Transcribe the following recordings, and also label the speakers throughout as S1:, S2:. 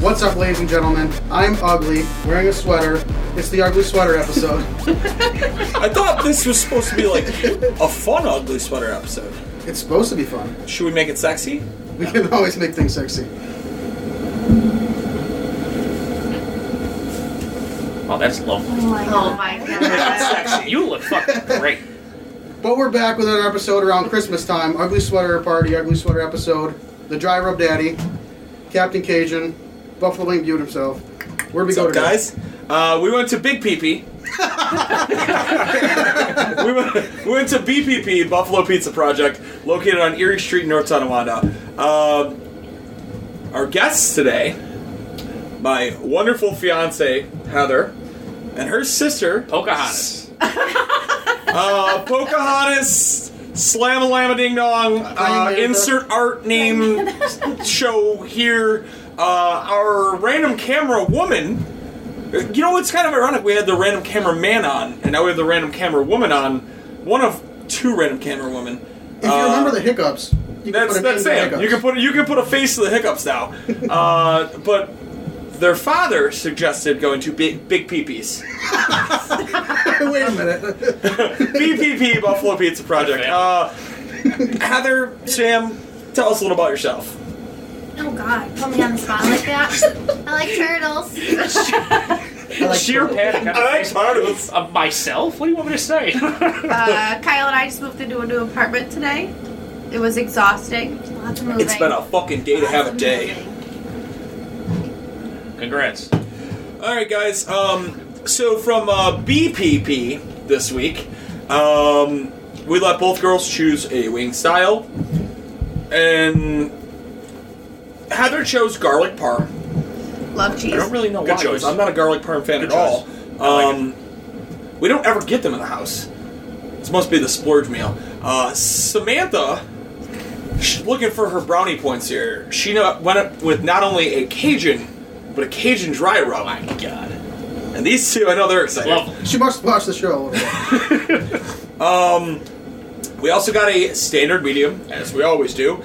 S1: What's up, ladies and gentlemen? I'm ugly, wearing a sweater. It's the ugly sweater episode.
S2: I thought this was supposed to be like a fun ugly sweater episode.
S1: it's supposed to be fun.
S2: Should we make it sexy?
S1: We can always make things sexy.
S3: Oh, that's lovely.
S4: Oh my god.
S2: Sexy.
S3: You look fucking great.
S1: But we're back with another episode around Christmas time. Ugly sweater party, ugly sweater episode. The dry rub daddy, Captain Cajun, Buffalo Wing Butte himself. Where'd we
S2: What's
S1: go
S2: up,
S1: today?
S2: guys? Uh, we went to Big Peepee. we, went, we went to BPP, Buffalo Pizza Project, located on Erie Street, in North Tonawanda. Um, our guests today, my wonderful fiance, Heather, and her sister,
S3: Pocahontas.
S2: uh, Pocahontas, Slam a Lama Ding Dong, uh,
S1: Amanda.
S2: insert art name show here. Uh, our random camera woman. You know, it's kind of ironic. We had the random camera man on, and now we have the random camera woman on. One of two random camera women. Uh,
S1: If you remember the hiccups, you
S2: That's
S1: can put a
S2: that's
S1: name to
S2: Sam.
S1: hiccups.
S2: You can put you can put a face to the hiccups now. Uh, but their father suggested going to big big peepees.
S1: Wait a minute.
S2: BPP Buffalo Pizza Project. Uh, Heather, Sam, tell us a little about yourself.
S4: Oh god, put me on the spot like that. I like turtles.
S1: I like
S3: Sheer panic.
S2: I like turtles.
S3: Of myself? What do you want me to say?
S5: Uh, Kyle and I just moved into a new apartment today. It was exhausting.
S4: Lots of moving.
S2: It's been a fucking day to have a day.
S3: Congrats.
S2: All right, guys. Um, so from uh, BPP this week, um, we let both girls choose a wing style, and Heather chose garlic parm.
S5: Love cheese.
S2: I don't really know
S3: Good
S2: why. 'cause
S3: choice.
S2: I'm not a garlic parm fan
S3: Good
S2: at all.
S3: choice. I like
S2: Um, we don't ever get them in the house. This must be the splurge meal. Uh, Samantha, she's looking for her brownie points here. She no- went up with not only a Cajun, but a Cajun dry rub.
S3: Oh God.
S2: And these two, I know they're excited.
S3: Lovely.
S1: She must watch the show. a little bit.
S2: We also got a standard medium, as we always do,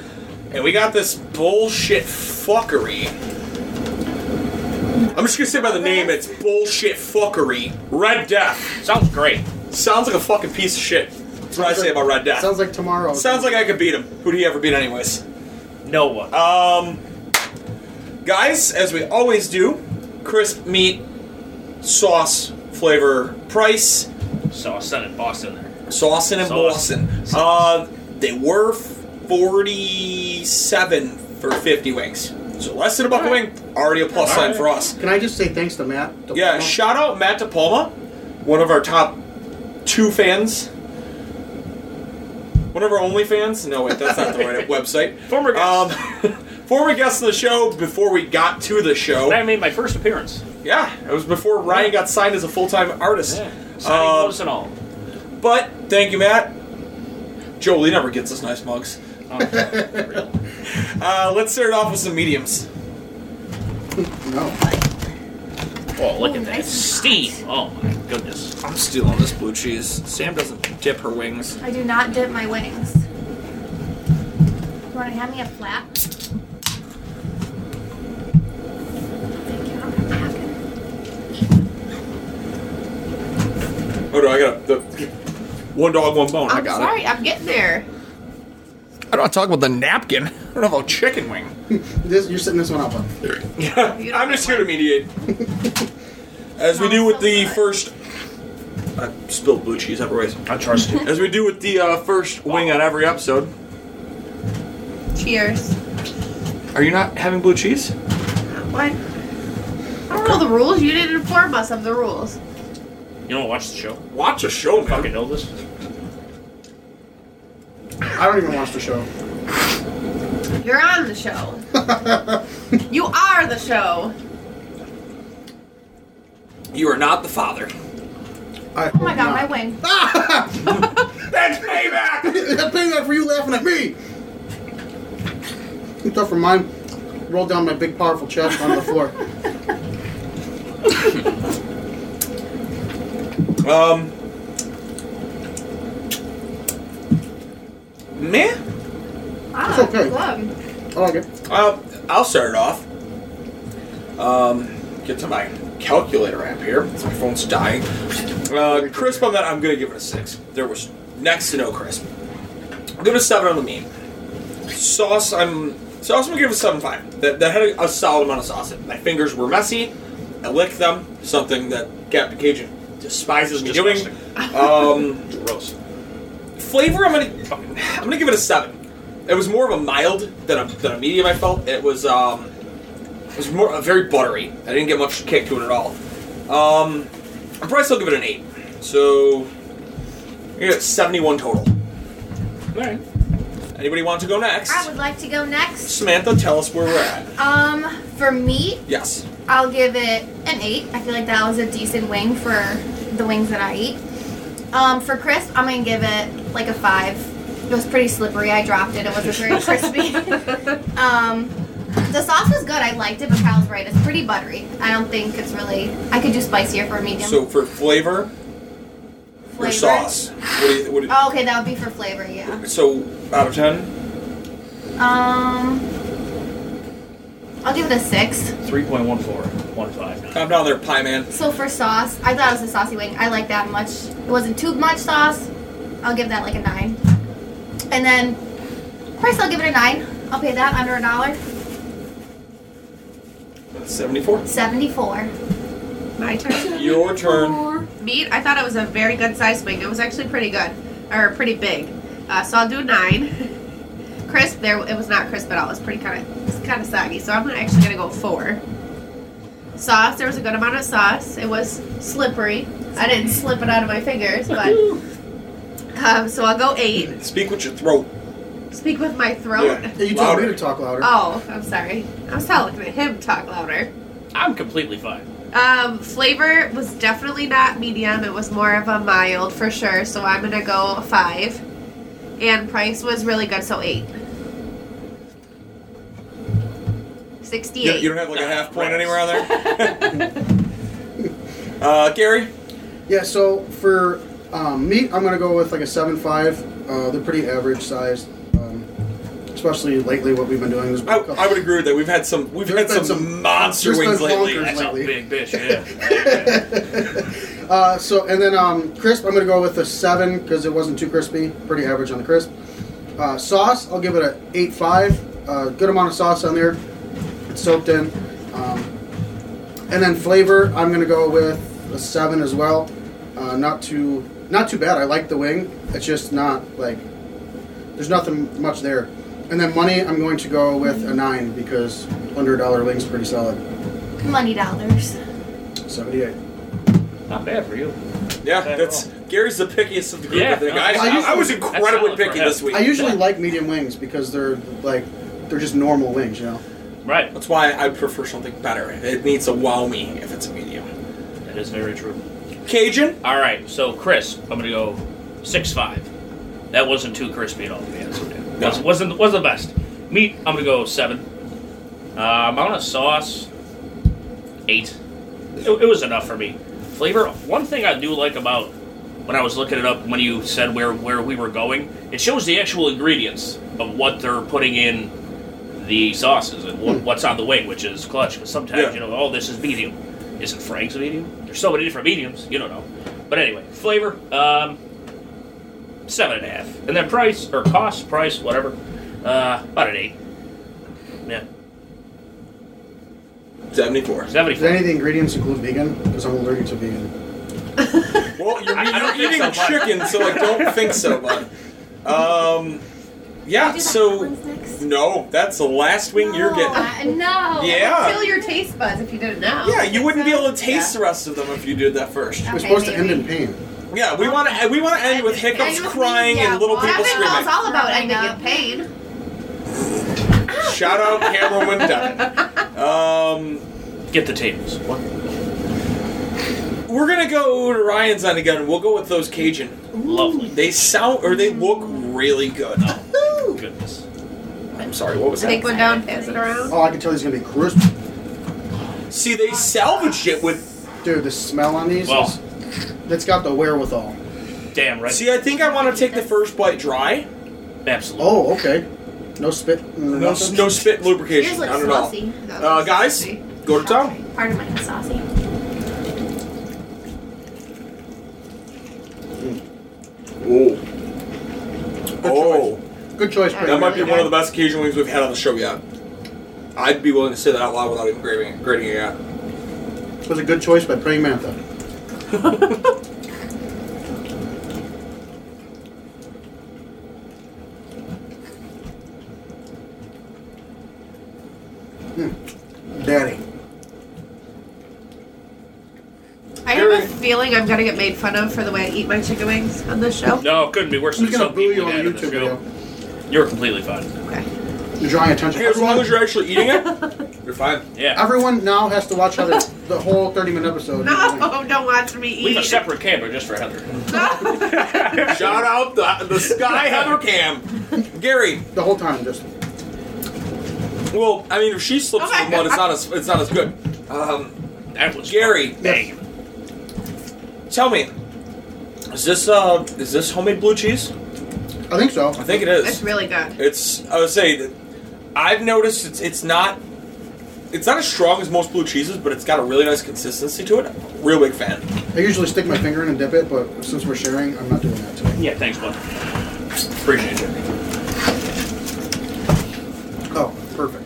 S2: and we got this bullshit fuckery. I'm just gonna say by the name, it's bullshit fuckery. Red Death.
S3: Sounds great.
S2: Sounds like a fucking piece of shit. That's what I say about Red Death.
S1: Sounds like tomorrow.
S2: Sounds like I could beat him. Who do you ever beat, anyways?
S3: No one.
S2: Uh, Guys, as we always do, crisp meat, sauce, flavor, price,
S3: so I sent it boss in there.
S2: sauce and in
S3: Sauce.
S2: Boston. Uh,
S3: Sauce.
S2: they were forty-seven for fifty wings, so less than a buck a wing. Already a plus sign for us.
S1: Can I just say thanks to Matt?
S2: Yeah, shout out Matt DePalma, one of our top two fans. One of our only fans? No, wait, that's not the right website.
S3: Former guest.
S2: Um, former guest of the show before we got to the
S3: I
S2: show.
S3: made my first appearance.
S2: Yeah, it was before Ryan got signed as a full time artist.
S3: Yeah. Signing
S2: Um,
S3: notice and all.
S2: but thank you, Matt. Jolie never gets us nice mugs.
S3: Oh,
S2: Uh, let's start off with some mediums.
S1: No.
S3: oh, look
S4: Ooh,
S3: at that.
S4: nice and
S3: Steam. Oh, my goodness.
S2: I'm stealing this blue cheese. Sam doesn't dip her wings.
S4: I do not dip my wings. You wanna hand me a flap? Thank you. I'm gonna pack it.
S2: Oh no, I got the one dog, one bone.
S5: I'm
S2: I got it.
S5: sorry, I'm getting there.
S2: I don't talk about the napkin. I don't know about chicken wing.
S1: This, you're sitting this one up. bud.
S2: I'm just here to mediate. As we do with the first, I spilled blue cheese everywhere.
S3: I trust you.
S2: As we do with the uh, first wing on every episode.
S5: Cheers.
S2: Are you not having blue cheese?
S5: What? I don't know the rules. You didn't inform us of the rules.
S3: You don't watch the show?
S2: Watch a show, man.
S3: Fucking know this?
S1: I don't even watch the show.
S5: You're on the show. you are the show.
S2: You are not the father.
S1: I
S4: Oh my god, my wing.
S2: That's payback!
S1: I'm paying that for you laughing at me. Picked up from mine, rolled down my big powerful chest on the floor.
S2: Um. Meh.
S5: Ah,
S1: It's okay.
S5: Love.
S1: I like it.
S2: Well, Um, I'll start it off. Um, get to my calculator app here. My phone's dying. Uh, crisp on that, I'm gonna give it a six. There was next to no crisp. I'll give it a seven on the meat. Sauce, I'm sauce. I'm gonna give it a seven five. That, that had a, a solid amount of sauce. in it. My fingers were messy. I licked them. Something that Captain Cajun despises me doing. Um,
S3: Gross.
S2: flavor i'm gonna i'm gonna give it a seven it was more of a mild than a, than a medium i felt it was um it was more uh, very buttery i didn't get much kick to it at all um i'll probably still give it an eight so you got 71 total
S3: Alright.
S2: anybody want to go next
S4: I would like to go next.
S2: samantha tell us where we're at
S4: Um, for me,
S2: yes
S4: I'll give it an eight. I feel like that was a decent wing for the wings that I eat. Um, for crisp, I'm gonna give it like a five. It was pretty slippery. I dropped it. It wasn't very crispy. um, the sauce was good. I liked it, but Kyle's right. It's pretty buttery. I don't think it's really. I could do spicier for medium
S2: so for flavor, or
S4: flavor.
S2: sauce what do you, what do you,
S4: Oh, okay, that would be for flavor. Yeah.
S2: so out of 10
S4: Um, I'll give it a six.
S3: 3.14. 159.
S2: i'm down there pie man
S4: So for sauce, I thought it was a saucy wing. I like that much. It wasn't too much sauce. I'll give that like a nine. And then price, I'll give it a nine. I'll pay that under a dollar
S2: 74
S4: seventy-four.
S5: My turn.
S2: your turn
S5: Meat. I thought it was a very good size wing. It was actually pretty good, or pretty big. Uh, so I'll do a nine. crisp. There, it was not crisp at all. It was pretty kind of, it's kind of soggy. So I'm actually gonna go four. Sauce. There was a good amount of sauce. It was slippery. I didn't slip it out of my fingers, but. Um, so I'll go eight.
S2: speak with your throat
S5: Speak with my throat.
S2: Yeah.
S1: You told me
S2: Louder.
S1: to talk louder.
S4: Uh,
S5: Oh, I'm sorry. I was telling him to talk louder.
S3: I'm completely fine.
S5: Um, flavor was definitely not medium. It was more of a mild for sure. So I'm gonna go five. And price was really good, so eight.
S2: You,
S5: Sixty-eight.
S2: you don't have like a half point
S3: Right.
S2: anywhere on there? uh, Gary?
S1: Yeah, so for um, meat, I'm gonna go with like a seven five. Uh, they're pretty average sized, um, especially lately. What we've been doing is
S2: I, I would agree with that. We've had some we've
S1: There's
S2: had some,
S1: been some-
S2: monster
S1: there's been
S2: wings lately.
S1: bonkers.
S3: That's a
S1: Lately.
S3: big bitch, yeah.
S1: Uh, so and then um, crisp, I'm gonna go with a seven because it wasn't too crispy. Pretty average on the crisp. Uh, sauce, I'll give it a eight five. Uh, good amount of sauce on there. It's soaked in. Um, and then flavor, I'm gonna go with a seven as well. Uh, not too not too bad. I like the wing. It's just not like there's nothing much there. And then money, I'm going to go with a nine because under a dollar wing's pretty solid.
S4: Money dollars.
S1: Seventy eight.
S3: Not bad for you.
S2: Yeah,
S3: Not bad at
S2: that's Gary's the pickiest of the group. I
S3: Yeah.
S2: think I,
S3: I
S2: I- I was
S3: usually- that's
S2: incredibly
S3: solid for
S2: picky
S3: him.
S2: this week.
S1: I usually like medium wings because they're like they're just normal wings, you know.
S3: Right.
S2: that's why I prefer something better. It needs to wow me if it's a medium.
S3: That is very true.
S2: Cajun?
S3: All right, so Chris, I'm gonna go six five. That wasn't too crispy at all. Yeah, that's okay.
S2: No.
S3: wasn't, wasn't wasn't the best. Meat, I'm gonna go seven. Uh, amount of sauce, eight. It, it was enough for me. Flavor. One thing I do like about when I was looking it up when you said where where we were going, it shows the actual ingredients of what they're putting in the sauces and what, what's on the wing, which is clutch. Because sometimes
S2: Yeah.
S3: you know, oh, this is medium. Isn't Frank's medium? There's so many different mediums. You don't know. But anyway, flavor, um, seven and a half, and then price or cost, price, whatever, uh, about an eight. Yeah,
S2: 74.
S1: Does
S3: seventy-four.
S1: any of the ingredients include vegan? Because I'm allergic to vegan.
S2: Well, you're,
S3: I- I
S2: you're
S3: don't think
S2: eating
S3: so, bud.
S2: chicken, so I don't think so, bud. Um, yeah,
S4: Do the hot
S2: so.
S4: ones next?
S2: No, that's the last wing you're
S4: No,
S2: getting.
S4: I- No.
S2: Yeah.
S5: Kill your taste buds if you didn't know.
S2: Yeah, you wouldn't be able to taste
S5: Yeah.
S2: the rest of them if you did that first.
S1: We're
S4: Okay,
S1: supposed to end
S4: maybe.
S1: in pain.
S2: Yeah, we want to we want to end with hiccups
S4: End with
S2: crying
S4: me, yeah,
S2: and little
S4: well,
S2: people
S5: Devin knows
S2: screaming.
S5: all about
S4: Growing
S5: ending
S4: up.
S5: in pain.
S2: Shout out Cameron and Devin. Um,
S3: Get the tables. What?
S2: we're gonna go to Ryan's on again. We'll go with those Cajun.
S3: Lovely.
S2: They sound or they look really good. Oh,
S3: Oh, Goodness.
S2: I'm sorry, what was that?
S5: Take one down, pass it around.
S1: Oh, I can tell these are gonna be crisp.
S2: See, they salvaged it with.
S1: Dude, the smell on these
S3: Well,
S1: is, that's got the wherewithal.
S3: damn right.
S2: See, I think I want to take the first bite dry.
S3: Absolutely.
S1: Oh, okay. No spit.
S2: No, s- no spit lubrication. Not
S4: Yours looks
S2: at all.
S4: saucy.
S2: Uh, guys, go to town.
S4: Part of mine is saucy.
S2: Oh. Oh.
S1: Good choice.
S5: That
S1: Brady.
S2: That might be
S5: Really
S2: one of
S5: good.
S2: the best Cajun wings we've had on the show yet. I'd be willing to say that out loud without even grading, grading it out.
S1: It was a good choice by Praying Mantha. Hmm. Daddy.
S5: I have a feeling I'm gonna get made fun of for the way I eat my chicken wings on this show.
S3: No, it couldn't be worse
S1: Who's
S3: than
S1: gonna
S3: some
S1: boo
S3: people
S1: you
S3: we
S1: on
S3: had
S1: a
S3: in the
S1: YouTube video?
S3: show. You're completely fine.
S5: Okay.
S1: You're drawing attention.
S2: As long
S1: Everyone,
S2: as you're actually eating it, you're fine.
S3: Yeah.
S1: everyone now has to watch how they- the whole 30 minute episode.
S5: No, don't watch me
S3: Leave a
S5: eat.
S3: separate camera just for Heather.
S2: Shout out the, the Sky Heather Cam. Gary,
S1: The whole time, just.
S2: well, I mean, if she slips
S5: Oh my
S2: in the mud, it's
S5: God.
S2: not as, it's not as good. Um,
S3: That was
S2: Gary.
S3: Bang.
S2: tell me, is this uh, is this homemade blue cheese?
S1: I think so.
S2: I think it is.
S5: It's really good.
S2: It's I would say that I've noticed it's it's not it's not as strong as most blue cheeses, but it's got a really nice consistency to it. Real big fan.
S1: I usually stick my finger in and dip it, but since we're sharing, I'm not doing that today.
S3: Yeah, thanks, bud. Appreciate it.
S1: Oh, perfect.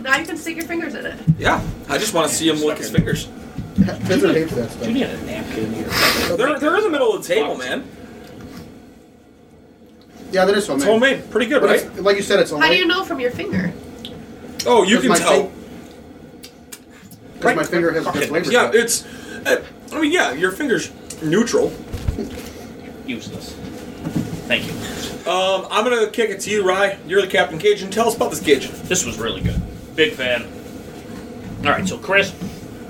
S5: Now you can stick your fingers in it.
S2: Yeah, I just want to see him lick his fingers.
S1: Kids would hate that
S3: Do you
S1: stuff.
S3: need a napkin here?
S2: They're, they're in the middle of the table, man.
S1: Yeah, that is homemade.
S2: It's homemade, pretty good,
S1: But
S2: right?
S1: it's, like you said, it's homemade.
S5: How do you know from your finger?
S2: Oh, you can
S1: my
S2: tell.
S1: Because my finger has a good flavor.
S2: Yeah,
S1: to it.
S2: it's. uh, I mean, yeah, your fingers neutral.
S3: Useless. Thank you.
S2: Um, I'm gonna kick it to you, Rye. You're the captain Cajun. Tell us about this Cajun.
S3: This was really good. Big fan. All right, so crisp.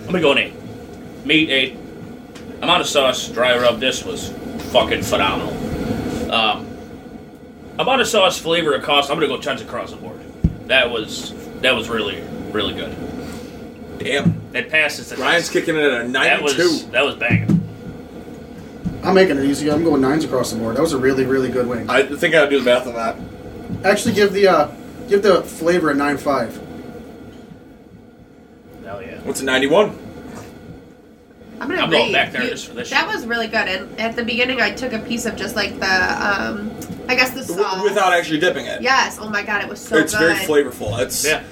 S3: I'm gonna go an eight. Meat eight. Amount of sauce, dry rub. This was fucking phenomenal. Um, amount of sauce, flavor, and cost. I'm gonna go tons across the board. That was that was really really good.
S2: Damn,
S3: That passes the
S2: Ryan's kicking it at a
S3: That was
S2: 92.
S3: that was banging.
S1: I'm making it easy. I'm going nines across the board. That was a really, really good wing.
S2: I think I'd do the math on that.
S1: Actually, give the uh, give the flavor a nine five.
S3: Hell yeah.
S2: What's a 91?
S5: I'm gonna
S3: I'm going
S5: rate
S3: back there
S5: you-
S3: just for this
S5: That
S3: shit.
S5: was really good. And at the beginning, I took a piece of just like the, um, I guess the
S2: W-
S5: sauce.
S2: without actually dipping it.
S5: Yes. Oh my god, it was so
S2: it's
S5: good.
S2: very flavorful. It's
S3: Yeah.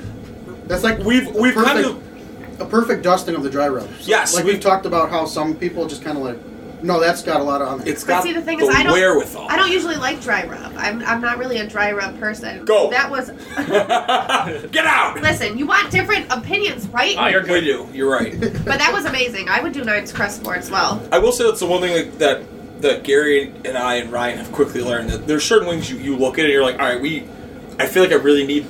S1: That's like
S2: We've we've
S1: perfect,
S2: kind of
S1: a perfect dusting of the dry rub. So,
S2: Yes,
S1: like
S2: we-
S1: we've talked about how some people just kind of like, no, that's got a lot on there.
S2: it's
S5: But
S2: got
S5: see, the thing is, I don't-
S2: wherewithal.
S5: I don't usually like dry rub. I'm, I'm not really a dry rub person.
S2: Go.
S5: That was.
S2: Get out.
S5: Listen, you want different opinions, right?
S3: Oh, you're
S2: We
S3: good.
S2: do. You're right.
S5: But that was amazing. I would do nines crust board as well.
S2: I will say that's the one thing that, that that Gary and I and Ryan have quickly learned that there's certain wings you, you look at and you're like, all right, we. I feel like I really need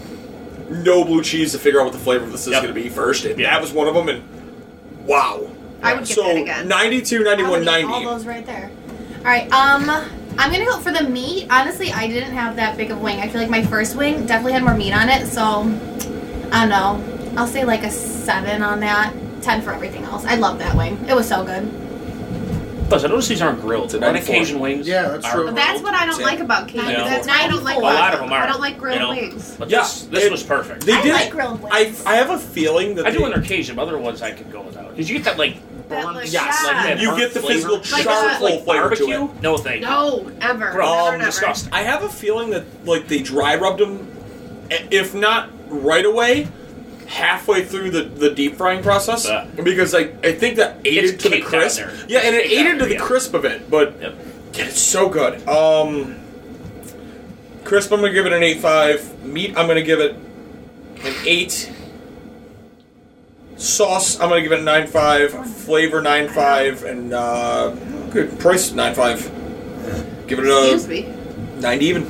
S2: no blue cheese to figure out what the flavor of this is
S3: Yep.
S2: going to be first, and
S3: Yeah.
S2: that was one of them. And wow,
S5: I would get
S2: so
S5: that again.
S2: 92,
S4: I
S2: 91,
S4: would eat
S2: 90.
S4: all those right there. All right. Um, I'm gonna go for the meat. Honestly, I didn't have that big of wing. I feel like my first wing definitely had more meat on it. So I don't know. I'll say like a seven on that. Ten for everything else. I love that wing. It was so good.
S3: Plus, I notice these aren't grilled.
S2: It's a
S3: On
S2: 94.
S3: occasion, wings.
S1: Yeah, that's
S3: are
S1: true.
S5: But
S3: grilled.
S5: that's what I don't
S2: Yeah.
S5: like about Cajun.
S3: Yeah.
S5: That's what I don't like.
S4: A
S3: a
S4: lot
S3: lot
S5: about
S3: of them are.
S5: I don't like grilled
S3: you know?
S5: wings.
S3: But
S2: Yeah,
S3: this, this
S2: it-
S3: was perfect.
S2: They
S4: I
S2: did.
S4: like grilled wings.
S2: I, I have a feeling that
S3: I do
S2: they-
S3: under occasion, but other ones I could go without. Because you get that like
S5: That,
S3: burnt,
S5: like,
S3: like,
S2: Yes,
S5: yeah.
S3: that
S2: you
S3: burnt
S2: get the
S3: flavor.
S2: physical
S3: like,
S2: charcoal
S3: like
S2: flavor to
S3: barbecue.
S2: it.
S3: No thank you.
S5: No, ever.
S3: Gross.
S5: Never,
S2: Um,
S5: never.
S3: disgusting.
S2: I have a feeling that like they dry rubbed them, i- if not right away, halfway through the, the deep frying process.
S3: Yeah.
S2: Because I, I think that aided
S3: Uh. It's
S2: to the
S3: caked down
S2: crisp.
S3: there.
S2: Yeah, and it
S3: It's caked
S2: aided
S3: down
S2: to the
S3: there, yeah.
S2: crisp of it. But
S3: Yep.
S2: yeah, it's so good. Um, crisp, I'm gonna give it an eight five. Meat, I'm gonna give it an eight. Sauce, I'm gonna give it a nine five. Flavor nine five, and uh, Good price, nine five. Give it
S5: Excuse
S2: a
S5: me.
S2: ninety even.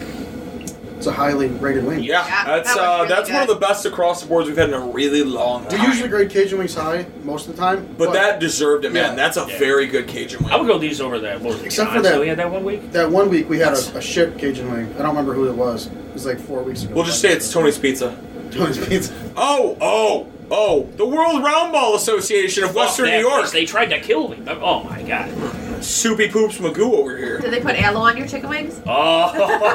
S1: It's a highly rated wing.
S2: Yeah,
S5: Yeah,
S2: that's
S5: that was
S2: uh,
S5: really
S2: that's one of
S5: good.
S2: the best across the boards we've had in a really long
S1: We
S2: time.
S1: usually grade Cajun wings high most of the time.
S2: but, that deserved it, man.
S1: Yeah.
S2: That's a
S3: Yeah.
S2: very good Cajun wing.
S3: I would go these over that. What was it,
S1: Except for
S3: John's
S1: that-
S3: we had that one week.
S1: that one week we had a, a shit Cajun wing. I don't remember who it was. It was like four weeks ago.
S2: We'll just say it's Tony's Pizza.
S1: Tony's Pizza.
S2: Oh, oh, oh! The World Roundball Association of Western
S3: Fuck
S2: New
S3: that
S2: York.
S3: place, They tried to kill me. Oh my god.
S2: Soupy poops Magoo over here.
S5: Did they put aloe on your chicken wings?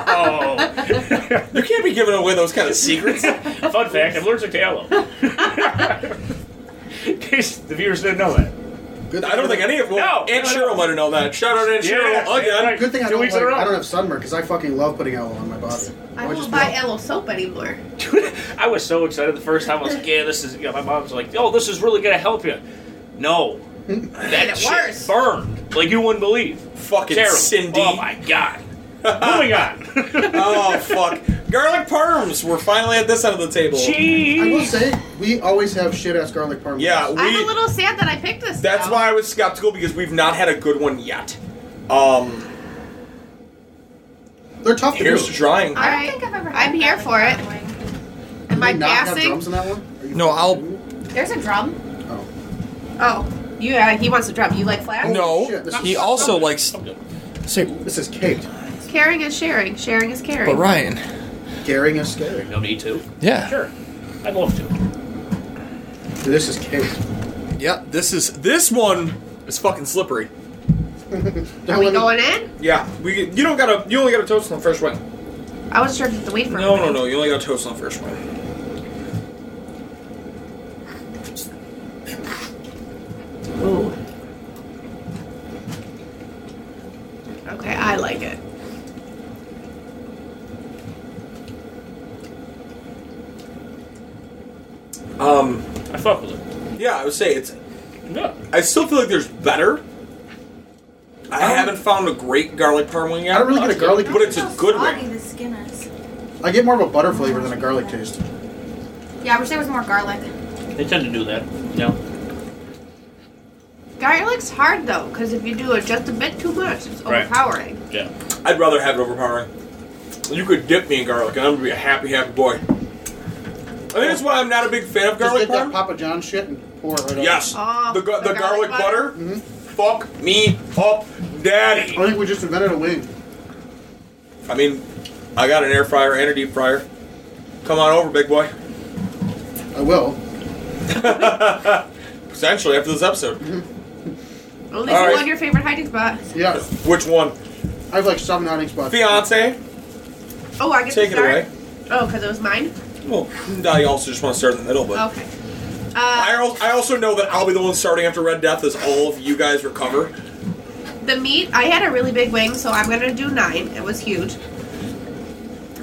S3: Oh.
S2: You can't be giving away those kind of secrets.
S3: Fun fact: I'm allergic to aloe. In case the viewers didn't know that.
S1: Good
S2: I don't think any of them.
S3: No,
S2: Aunt
S3: no,
S2: Cheryl
S3: no.
S2: might have known that. Shout out Aunt
S3: Yeah,
S2: Cheryl
S3: yeah,
S2: again.
S3: right.
S1: Good thing I
S3: Two
S1: don't,
S3: weeks
S1: like,
S3: in a row.
S1: I don't have sunburn because I fucking love putting aloe on my body.
S5: I
S1: Or
S5: won't
S1: just
S5: buy
S1: milk.
S5: aloe soap anymore.
S3: Dude, I was so excited the first time. I was like, "Yeah, this is." You know, my mom's like, "Oh, this is really gonna help you." No,
S5: Made
S3: that
S5: it
S3: shit
S5: worse.
S3: burned like you wouldn't believe.
S2: Fucking
S3: Terrible.
S2: Cindy.
S3: Oh my god. Oh, Moving on.
S2: oh fuck! Garlic perms. We're finally at this end of the table.
S3: Cheese.
S1: I will say we always have shit ass garlic parmesan.
S2: Yeah, we.
S5: I'm a little sad that I picked this.
S2: that's
S5: now.
S2: why I was skeptical because we've not had a good one yet. Um,
S1: they're tough to do.
S2: here's to trying.
S4: I don't
S5: Alright.
S4: think I've ever.
S5: I'm here
S4: that
S5: for it.
S4: wing.
S5: Am
S1: Do they
S5: I
S1: not have
S5: gassing?
S1: drums in that one? Are you
S2: No, I'll-
S4: There's a drum.
S1: Oh.
S5: Oh, yeah, he wants to drop. You like flat?
S1: No, shit, this he is- also
S6: likes. Say,
S1: Oh. This is caked.
S5: Caring is sharing. Sharing is caring.
S6: Ryan.
S1: Garing is scary.
S3: No need to.
S6: Yeah.
S3: Sure. I'd love to.
S1: Dude, this is caked.
S6: Yep.
S2: This is this one is fucking slippery.
S5: Are we going in?
S2: Yeah, we. You don't gotta. You only gotta toast on the first one.
S5: I wasn't sure if it's the wait for
S2: No, no,
S5: everybody.
S2: no. You only got toast on the first one.
S5: Okay, I like it.
S2: Um,
S3: I fuck with it.
S2: yeah, I would say it's.
S3: Yeah.
S2: I still feel like there's better. I haven't found a great garlic parm wing yet.
S1: Um, I don't really get a garlic.
S2: But it's a
S4: How
S2: good
S4: soggy
S2: wing.
S4: The skin is.
S1: I get more of a butter flavor than a garlic taste.
S4: Yeah, I wish there was more garlic.
S3: They tend to do that. No.
S5: Garlic's hard though, because if you do it just a bit too much, it's
S3: Right.
S5: overpowering.
S3: Yeah.
S2: I'd rather have it overpowering. You could dip me in garlic, and I'm gonna be a happy, happy boy. I think that's why I'm not a big fan of garlic
S1: Just get that
S2: parm.
S1: Papa John shit and pour it right on.
S2: Yes,
S5: Oh,
S2: the, gar- the, garlic, butter.
S1: Mhm.
S2: Fuck me up, daddy.
S1: I think we just invented a wing.
S2: I mean, I got an air fryer and a deep fryer. Come on over, big boy.
S1: I will.
S2: Potentially after this episode.
S5: At least
S2: All
S5: you
S2: right.
S5: want your favorite hiding spot.
S1: Yeah.
S2: Which one?
S1: I have like seven hiding spots.
S2: Fiance,
S5: Oh, I get
S2: take
S5: to
S2: it
S5: start.
S2: away.
S5: Oh, because it was mine.
S2: Well, I also just want to start in the middle, but
S5: Okay.
S2: I,
S5: Uh,
S2: al- I also know that I'll be the one starting after Red Death as all of you guys recover.
S5: the meat. I had a really big wing, so I'm gonna do nine. It was huge.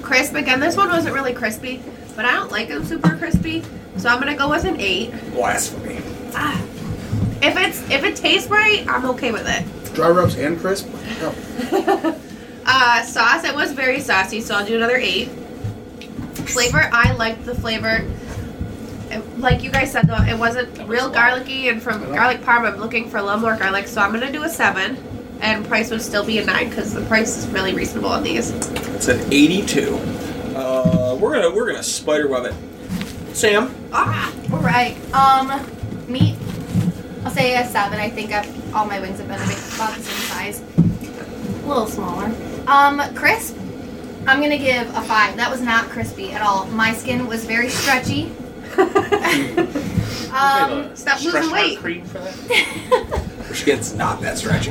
S5: Crisp again. This one wasn't really crispy, but I don't like them super crispy, so I'm gonna go with an eight.
S2: Blasphemy.
S5: Ah. If it's if it tastes right, I'm okay with it.
S1: Dry rubs and crisp. Oh.
S5: Uh, sauce, it was very saucy, so I'll do another eight. Flavor, I liked the flavor. It- like you guys said, though, it wasn't
S3: That was a
S5: real
S3: lot.
S5: garlicky, and from garlic parm, I'm looking for a little more garlic, so I'm gonna do a seven. And price would still be a nine because the price is really reasonable on these.
S2: It's an 82. Uh, we're gonna we're gonna spider web it. Sam,
S5: Ah,
S4: All right. Um, meat. I'll say a seven. I think I've, all my wings have been about the same size, a little smaller. Um, crisp. I'm gonna give a five. That was not crispy at all. My skin was very stretchy. um,
S5: stop losing weight.
S3: Cream for that.
S2: her skin's not that stretchy.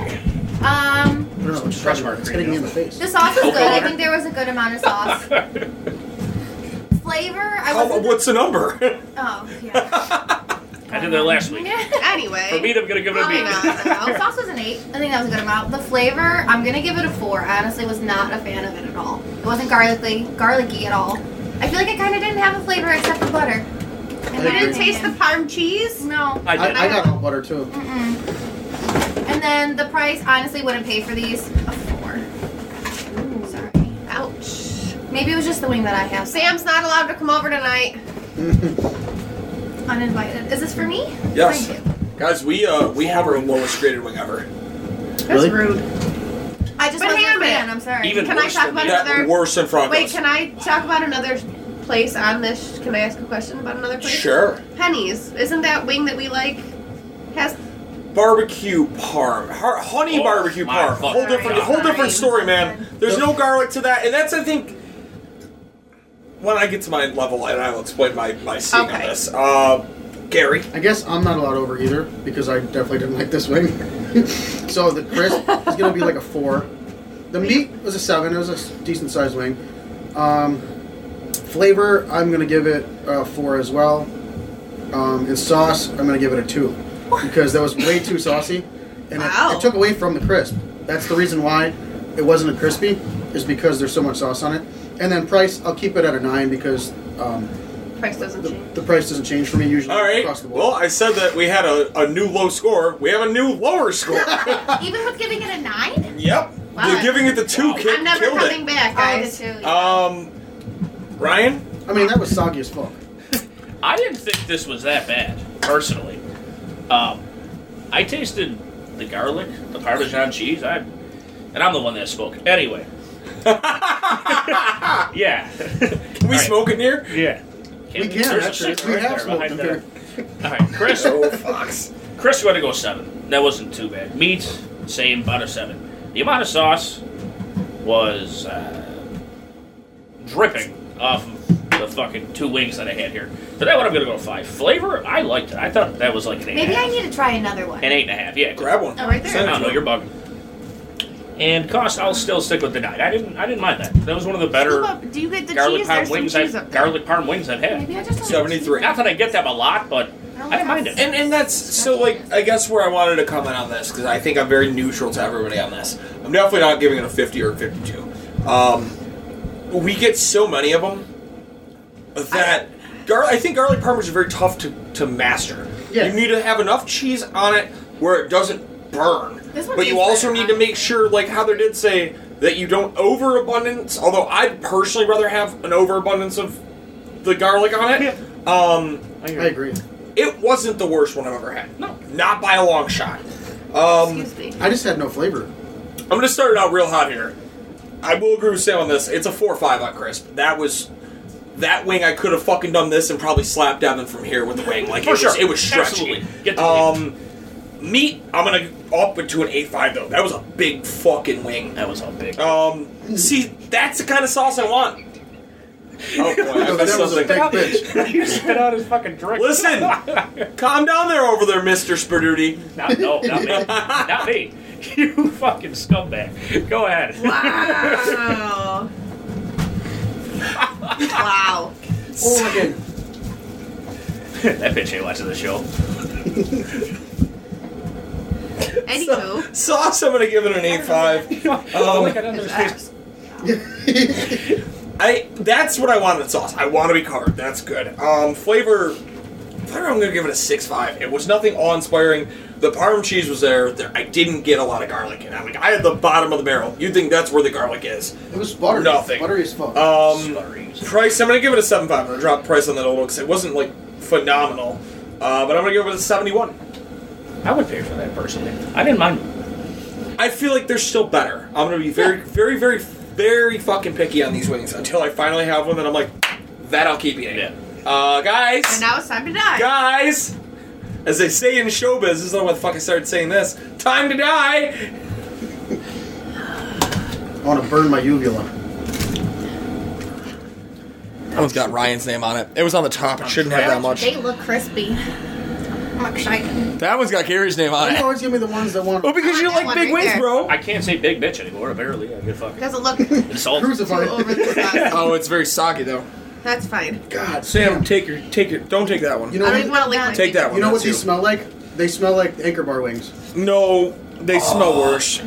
S4: um,
S1: I don't know, it's
S3: Stretch mark.
S1: It's hitting me in the face.
S4: the sauce is good. I think there was a good amount of sauce. Flavor. I
S2: How,
S4: wasn't.
S2: what's the number?
S4: Oh yeah.
S3: I did that last week.
S5: Anyway,
S3: For meat, I'm gonna give it a
S5: Oh,
S4: Probably
S3: meat.
S4: not. I don't know. Sauce was an eight. I think that was a good amount. The flavor, I'm gonna give it a four. I honestly was not a fan of it at all. It wasn't garlicky, garlicky at all. I feel like it kind of didn't have a flavor except the butter. And
S5: you
S1: I
S5: didn't
S1: agree.
S5: taste the parm cheese.
S4: No.
S3: I
S1: I,
S3: did.
S1: I got no butter too.
S4: Mm-mm. And then the price, honestly, wouldn't pay for these. A four. Sorry.
S5: Ouch.
S4: Maybe it was just the wing that I have.
S5: Sam's not allowed to come over tonight.
S4: uninvited. Is this for me?
S2: Yes.
S4: Thank you.
S2: guys, we uh we have our lowest graded wing ever.
S5: That's
S1: Really?
S5: rude.
S4: I just
S5: But
S4: wasn't
S5: hang
S4: a
S5: on a minute.
S4: fan. I'm sorry.
S3: Even
S5: Can I
S3: worse
S5: talk
S3: than
S5: about
S3: that.
S2: That
S5: another?
S2: worse in front of
S5: Wait,
S2: us.
S5: can I talk about another place on this? Can I ask a question about another place?
S2: Sure.
S5: Pennies. Isn't that wing that we like? Has
S2: Barbecue parm, Har- honey
S3: Oh,
S2: barbecue
S3: my
S2: parm. Whole
S3: fucking
S2: different,
S3: God.
S2: whole different story, man. There's no garlic to that, and that's I think. When I get to my level, and I'll explain my my scene on
S5: Okay.
S2: this. Uh, Gary,
S1: I guess I'm not allowed over either because I definitely didn't like this wing. so the crisp is going to be like a four. The meat was a seven. It was a decent sized wing. Um, flavor, I'm going to give it a four as well. Um, and sauce, I'm going to give it a two because that was way too saucy, and
S5: Wow.
S1: it, it took away from the crisp. That's the reason why it wasn't a crispy is because there's so much sauce on it. And then price, I'll keep it at a nine because um,
S5: price doesn't
S1: the,
S5: change.
S1: the price doesn't change for me usually
S2: all right.
S1: across the board.
S2: Well, I said that we had a, a new low score. We have a new lower score.
S4: Even with giving it a nine?
S2: yep,
S4: Wow.
S2: you're giving it the two.
S3: Wow.
S2: Kid,
S5: I'm never
S2: killed
S5: coming
S2: it.
S5: back, guys.
S4: Oh, the two, yeah.
S2: Um, Ryan,
S1: I mean, that was soggy as fuck.
S3: I didn't think this was that bad, personally. Um, I tasted the garlic, the Parmesan cheese, I, and I'm the one that spoke. Anyway. yeah.
S2: can we
S3: All right.
S2: smoke in here?
S3: Yeah.
S1: We can,
S3: There's a
S1: actually.
S3: six
S1: We
S3: right
S1: have
S3: there
S1: smoked
S3: behind
S1: in
S3: that. All right, Chris.
S2: Oh, fucks.
S3: Chris, you had to go seven. That wasn't too bad. Meat, same, about a seven. The amount of sauce was uh, dripping off of the fucking two wings that I had here. So that one I'm gonna go five. Flavor, I liked it. I thought that was like an eight.
S4: Maybe
S3: and a
S4: I
S3: half.
S4: need to try another one.
S3: an eight and a half. Yeah,
S2: Grab one.
S4: Oh, right there.
S2: Send it
S3: I
S2: to
S3: don't know.
S2: him.
S3: You're bugging. And cost, I'll still stick with the nine. I didn't. I didn't mind that. That was one of the better
S5: Scoop up- Do you get the
S3: garlic
S5: cheese?
S3: parm
S5: There's some
S3: wings.
S5: cheese
S3: I've,
S5: up there.
S3: garlic parm wings I've had.
S4: Maybe I just
S2: 73.
S3: Not that I get them a lot, but
S4: don't
S3: I didn't mind
S4: have-
S3: it.
S2: And, and that's so like I guess where I wanted to comment on this because I think I'm very neutral to everybody on this. I'm definitely not giving it a 50 or a 52. Um, we get so many of them that gar- I think garlic parm is very tough to, to master.
S1: Yeah.
S2: You need to have enough cheese on it where it doesn't burn,
S4: This one
S2: but you
S4: tastes
S2: also
S4: better,
S2: need to make
S4: honestly.
S2: sure, like Heather did say, that you don't overabundance. Although I'd personally rather have an overabundance of the garlic on it. Um,
S1: I agree.
S2: it wasn't the worst one I've ever had.
S3: No.
S2: Not by a long shot. Um,
S5: Excuse me.
S1: I just had no flavor.
S2: I'm gonna start it out real hot here. I will agree with Sam on this. It's a four or five on crisp. That was that wing. I could have fucking done this and probably slapped Devin from here with the wing. Like
S3: For
S2: it was,
S3: sure.
S2: it was stretchy.
S3: Absolutely. Get the
S2: um, meat. I'm gonna up it to an eight five though. That was a big fucking wing.
S3: That was all big.
S2: Um, see, that's the kind of sauce I want. Oh boy, I
S1: That
S2: messed
S1: was a
S2: something.
S1: big bitch.
S3: you spit out his fucking drink.
S2: Listen, calm down there over there, Mister Spaduti.
S3: not, no, not me. Not me. You fucking scumbag. Go ahead.
S5: Wow. wow.
S1: Oh again.
S3: that bitch ain't watching the show.
S5: Anywho,
S2: Sauce, I'm gonna give it an eight five.
S3: oh, look at
S5: his
S3: his face.
S5: ass.
S2: I that's what I want in sauce. I want to be carved. That's good. Um, flavor, flavor. I'm gonna give it a six five. It was nothing awe inspiring. The parm cheese was there. there. I didn't get a lot of garlic in. it. I mean, I had the bottom of the barrel. You think that's where the garlic is?
S1: It was buttery.
S2: Nothing.
S1: Buttery as fuck.
S6: Uh,
S2: Um,
S3: Slurries.
S2: price. I'm gonna give it a seven five. I'm gonna drop price on that a little because it wasn't like phenomenal. Uh, but I'm gonna give it a seventy one.
S3: I would pay for that personally. I didn't mind.
S2: I feel like they're still better. I'm gonna be very, very, very, very fucking picky on these wings until I finally have one that I'm like, that I'll keep eating.
S3: Yeah.
S2: Uh, guys.
S5: and now it's time to die.
S2: guys, as they say in showbiz, this is not what the fuck I started saying this. Time to die.
S1: I want to burn my uvula.
S6: That one's got Ryan's name on it. It was on the top. It shouldn't have that much.
S4: They look crispy. I'm excited.
S6: That one's got Gary's name on
S1: You
S6: it.
S1: always give me the ones that want
S6: Oh, because you
S5: That
S6: like
S5: one
S6: big
S5: right
S6: wings,
S5: there.
S6: bro.
S3: I can't say big bitch anymore, apparently. I get fucking
S5: Doesn't look too
S3: insulted.
S1: crucified.
S5: over the sauce.
S6: Oh, it's very soggy though.
S5: That's fine.
S1: God,
S6: Sam,
S1: damn.
S6: take your, take your, don't take that one.
S1: You
S5: I
S1: know,
S5: don't even
S1: what,
S5: want to lick my
S6: Take that one.
S1: you know
S6: That's
S1: what
S6: you.
S1: these smell like? They smell like anchor bar wings.
S6: No, they smell worse.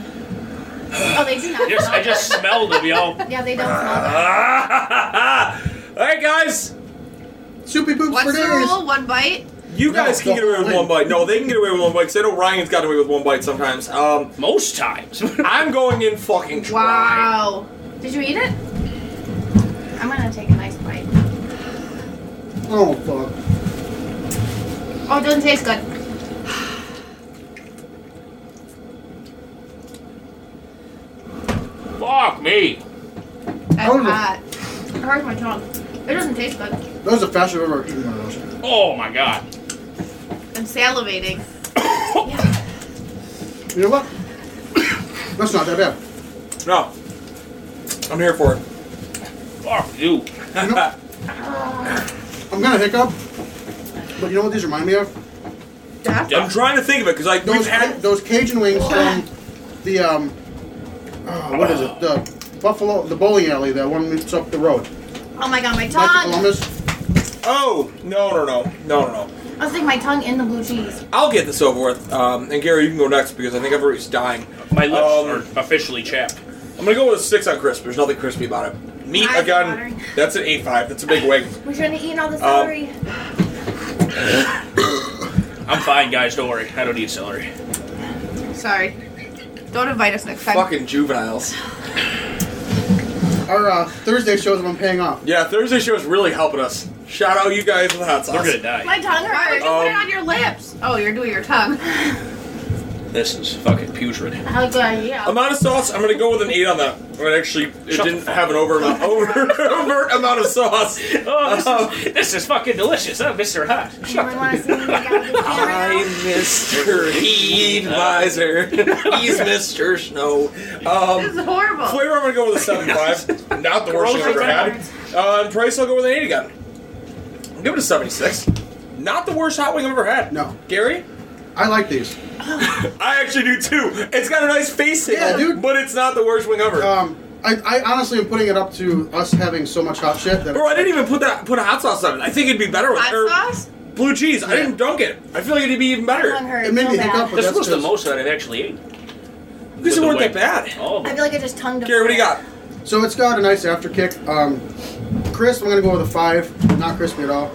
S4: Oh, they do not.
S3: Yes,
S4: smell
S3: I just
S4: good.
S3: smelled them, y'all.
S4: Yeah, they don't
S2: Uh,
S4: smell
S2: All right, guys,
S1: Soupy poops
S5: What's
S1: for
S5: the
S1: days.
S5: rule? One bite?
S2: you
S1: No,
S2: guys can get away with
S1: don't.
S2: one bite. No, they can get away with one bite. 'cause I know Ryan's got away with one bite sometimes. Um,
S3: Most times.
S2: I'm going in fucking dry.
S5: Wow.
S4: good. Did you eat it? I'm gonna take a nice bite.
S1: Oh fuck.
S4: Oh, it doesn't taste good.
S3: me.
S5: That's
S1: Oh, no.
S5: hot.
S4: It hurts my tongue. It doesn't taste good.
S1: That was the fastest I've ever eaten one of those.
S3: Oh my god.
S5: I'm salivating.
S4: Yeah.
S1: You know what? That's not that bad.
S2: No. I'm here for it.
S3: Fuck you.
S1: You know, I'm gonna hiccup, but you know what these remind me of?
S5: Yeah.
S2: I'm trying to think of it because like
S1: Those
S2: we've had
S1: those Cajun wings from the um, oh, what is it? The Buffalo, the bowling alley, that one that's up the road.
S4: Oh my god, my
S1: Back to
S4: tongue.
S1: Columbus.
S2: Oh no no no no no no.
S4: I was like my tongue in the blue cheese.
S2: I'll get this over with. Um, and Gary, you can go next because I think everybody's dying.
S3: My lips
S2: Um,
S3: are officially chapped.
S2: I'm gonna go with a six on crisp. There's nothing crispy about it. Meat
S4: Eyes are
S2: again.
S4: watering.
S2: That's an eight five. That's a big wing.
S4: We shouldn't have eaten all the celery.
S3: I'm fine, guys. Don't worry. I don't need celery.
S5: Sorry. Don't invite us next time.
S6: Fucking juveniles.
S1: Our uh, Thursday shows have been paying off.
S2: Yeah, Thursday show is really helping us. Shout out you guys with the hot
S3: They're
S2: sauce.
S3: gonna die.
S4: my tongue
S5: Why would
S4: hurts.
S5: you put it
S2: Um,
S5: on your lips? Oh, you're doing your tongue.
S3: This is fucking putrid.
S4: Hell yeah, yeah.
S2: Amount of sauce, I'm gonna go with an eight on that. But actually, it
S3: Shut the
S2: didn't
S3: fuck
S2: have an over amount, over overt amount of sauce.
S3: Oh,
S2: Um,
S3: this, is, this is fucking delicious. I'm Mr. Hot.
S4: You really want to see me get out of the
S2: I'm
S4: camera now?
S2: Mr. Heedvisor. He's Mr. Snow. Um,
S5: This is horrible.
S2: flavor, I'm gonna go with a seven five. Not the worst I've ever had. Uh, and price, I'll go with an eight again. I'll give it a 76. Not the worst hot wing I've ever had.
S1: No.
S2: Gary?
S1: I like these.
S2: I actually do too. It's got a nice face to it,
S1: Yeah, dude.
S2: but it's not the worst wing ever.
S1: Um, I, I honestly am putting it up to us having so much hot shit that.
S2: Bro, I didn't even put that put a hot sauce on it. I think it'd be better with
S5: Hot
S2: or
S5: sauce?
S2: blue cheese. I didn't dunk it. I feel like it'd be even better.
S4: Tongue hurts
S1: It made
S4: so
S1: me
S4: bad.
S1: hiccup, but
S3: This
S1: that's
S3: was the
S1: just-
S3: most that I've actually eaten.
S2: These
S3: With the
S2: weren't that
S3: wing.
S2: bad.
S3: All of
S4: I
S3: them.
S4: feel like I just tongued a
S2: Gary, what do you got?
S1: So it's got a nice after kick. Um, crisp, I'm gonna go with a five. Not crispy at all.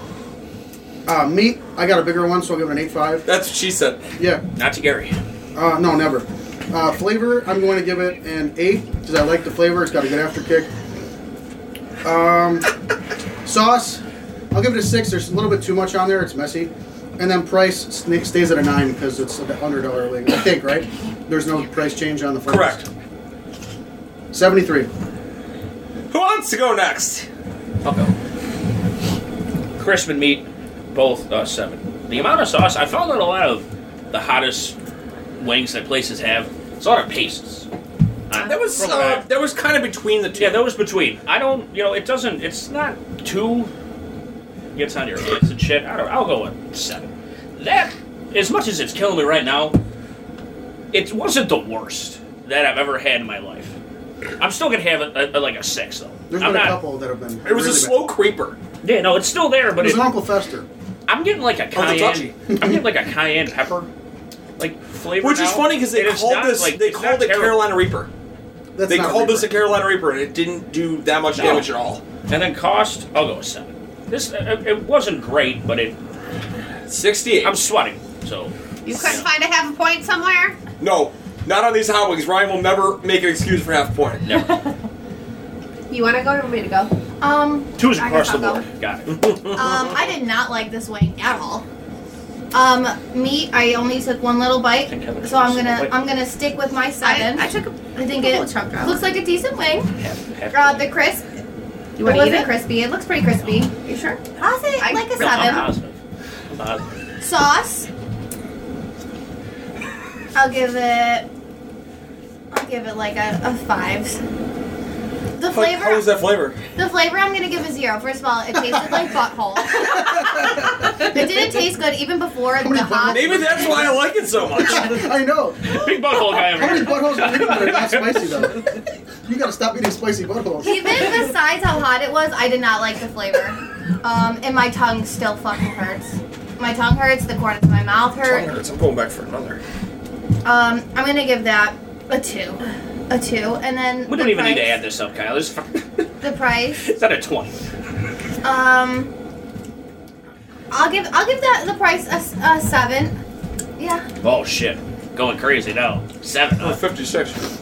S1: Uh, meat, I got a bigger one, so I'll give it an eight five.
S2: That's what she said.
S1: Yeah.
S3: Not to Gary.
S1: Uh, no, never. Uh, flavor, I'm going to give it an eight because I like the flavor. It's got a good after kick. Um, sauce, I'll give it a six. There's a little bit too much on there. It's messy. And then price sn- stays at a nine because it's a hundred dollar wing. I think right. There's no price change on the flavors.
S2: Correct.
S1: Seventy three.
S2: Who wants to go next?
S3: I'll go. Crisp and meat, both uh, seven. The amount of sauce, I found that a lot of the hottest wings that places have, it's a lot of pastes. Uh,
S2: That was
S3: from what
S2: uh,
S3: I've-
S2: that was kind of between the two.
S3: yeah, that was between. I don't, you know, it doesn't, it's not too, gets on your lips and shit. I don't, I'll go with seven. That, as much as it's killing me right now, it wasn't the worst that I've ever had in my life. I'm still gonna have a, a, like a six though.
S1: There's
S3: I'm
S1: been
S3: not,
S1: a couple that have been.
S2: it was a
S1: really
S2: slow creeper.
S3: couple. Yeah, no, it's still there,
S1: Bad.
S3: but
S1: It was
S3: it,
S1: an Uncle Fester.
S3: I'm getting like a
S2: Oh, it's
S3: cayenne. I'm getting like a cayenne pepper, like flavor.
S2: Which is
S3: now,
S2: funny because they
S3: and it's
S2: called
S3: not,
S2: this
S3: like,
S2: they
S3: it's
S2: called
S3: not
S2: it
S3: terrible.
S2: Carolina Reaper.
S1: That's
S2: they
S1: not a
S2: called this a
S1: reaper.
S2: Carolina Reaper, and it didn't do that much
S3: No.
S2: damage at all.
S3: And then cost, I'll go with seven. This uh, it wasn't great, but it
S2: Sixty-eight.
S3: I'm sweating. So
S5: You couldn't find a half a point somewhere?
S2: no, not on these hot wings. Ryan will never make an excuse for half a point.
S3: never.
S5: You want to go or want me to go?
S4: Um,
S3: Two's
S4: I
S3: across
S4: guess
S3: the
S4: I'll
S3: board.
S4: go.
S3: Got it.
S4: Um, I did not like this wing at all. Um, meat, I only took one little bite,
S3: think Heather
S4: so I'm
S3: took a
S4: gonna
S3: bite.
S4: I'm gonna stick with my
S5: I,
S4: seven.
S5: I took a.
S4: I think
S5: couple
S4: it
S5: of chunk out.
S4: looks like a decent wing.
S3: Half- half-
S4: Uh, the crisp.
S5: You
S4: it
S5: want to eat
S4: wasn't
S5: it?
S4: crispy. It looks pretty crispy.
S5: You sure?
S4: I'll say
S5: I-
S4: like a
S3: No, I'm
S4: seven.
S3: positive. I'm positive.
S4: Sauce. I'll give it. I'll give it like a, a five. The
S2: How,
S4: flavor.
S2: how was that flavor?
S4: The flavor I'm gonna give a zero. First of all, it tasted like butthole. it didn't taste good even before the hot.
S2: Maybe that's why I like it so much.
S1: I know.
S3: Big butthole guy
S1: How
S3: over
S1: many
S3: here.
S1: buttholes are you eating that are not spicy though? You gotta stop eating spicy buttholes.
S4: Even besides how hot it was, I did not like the flavor. Um, and my tongue still fucking hurts. My tongue hurts. The corners of my mouth
S2: Tongue
S4: hurt.
S2: hurts. I'm going back for another.
S4: Um, I'm gonna give that a two, a two, and then
S3: We
S4: the
S3: don't even need to
S4: price-
S3: add this up, Kyle. It's,
S4: the price.
S3: it's at a twenty.
S4: Um, I'll give I'll give that the price a, s- a seven. Yeah,
S3: Oh shit, going crazy now. Seven.
S2: Oh,
S3: huh?
S2: 56.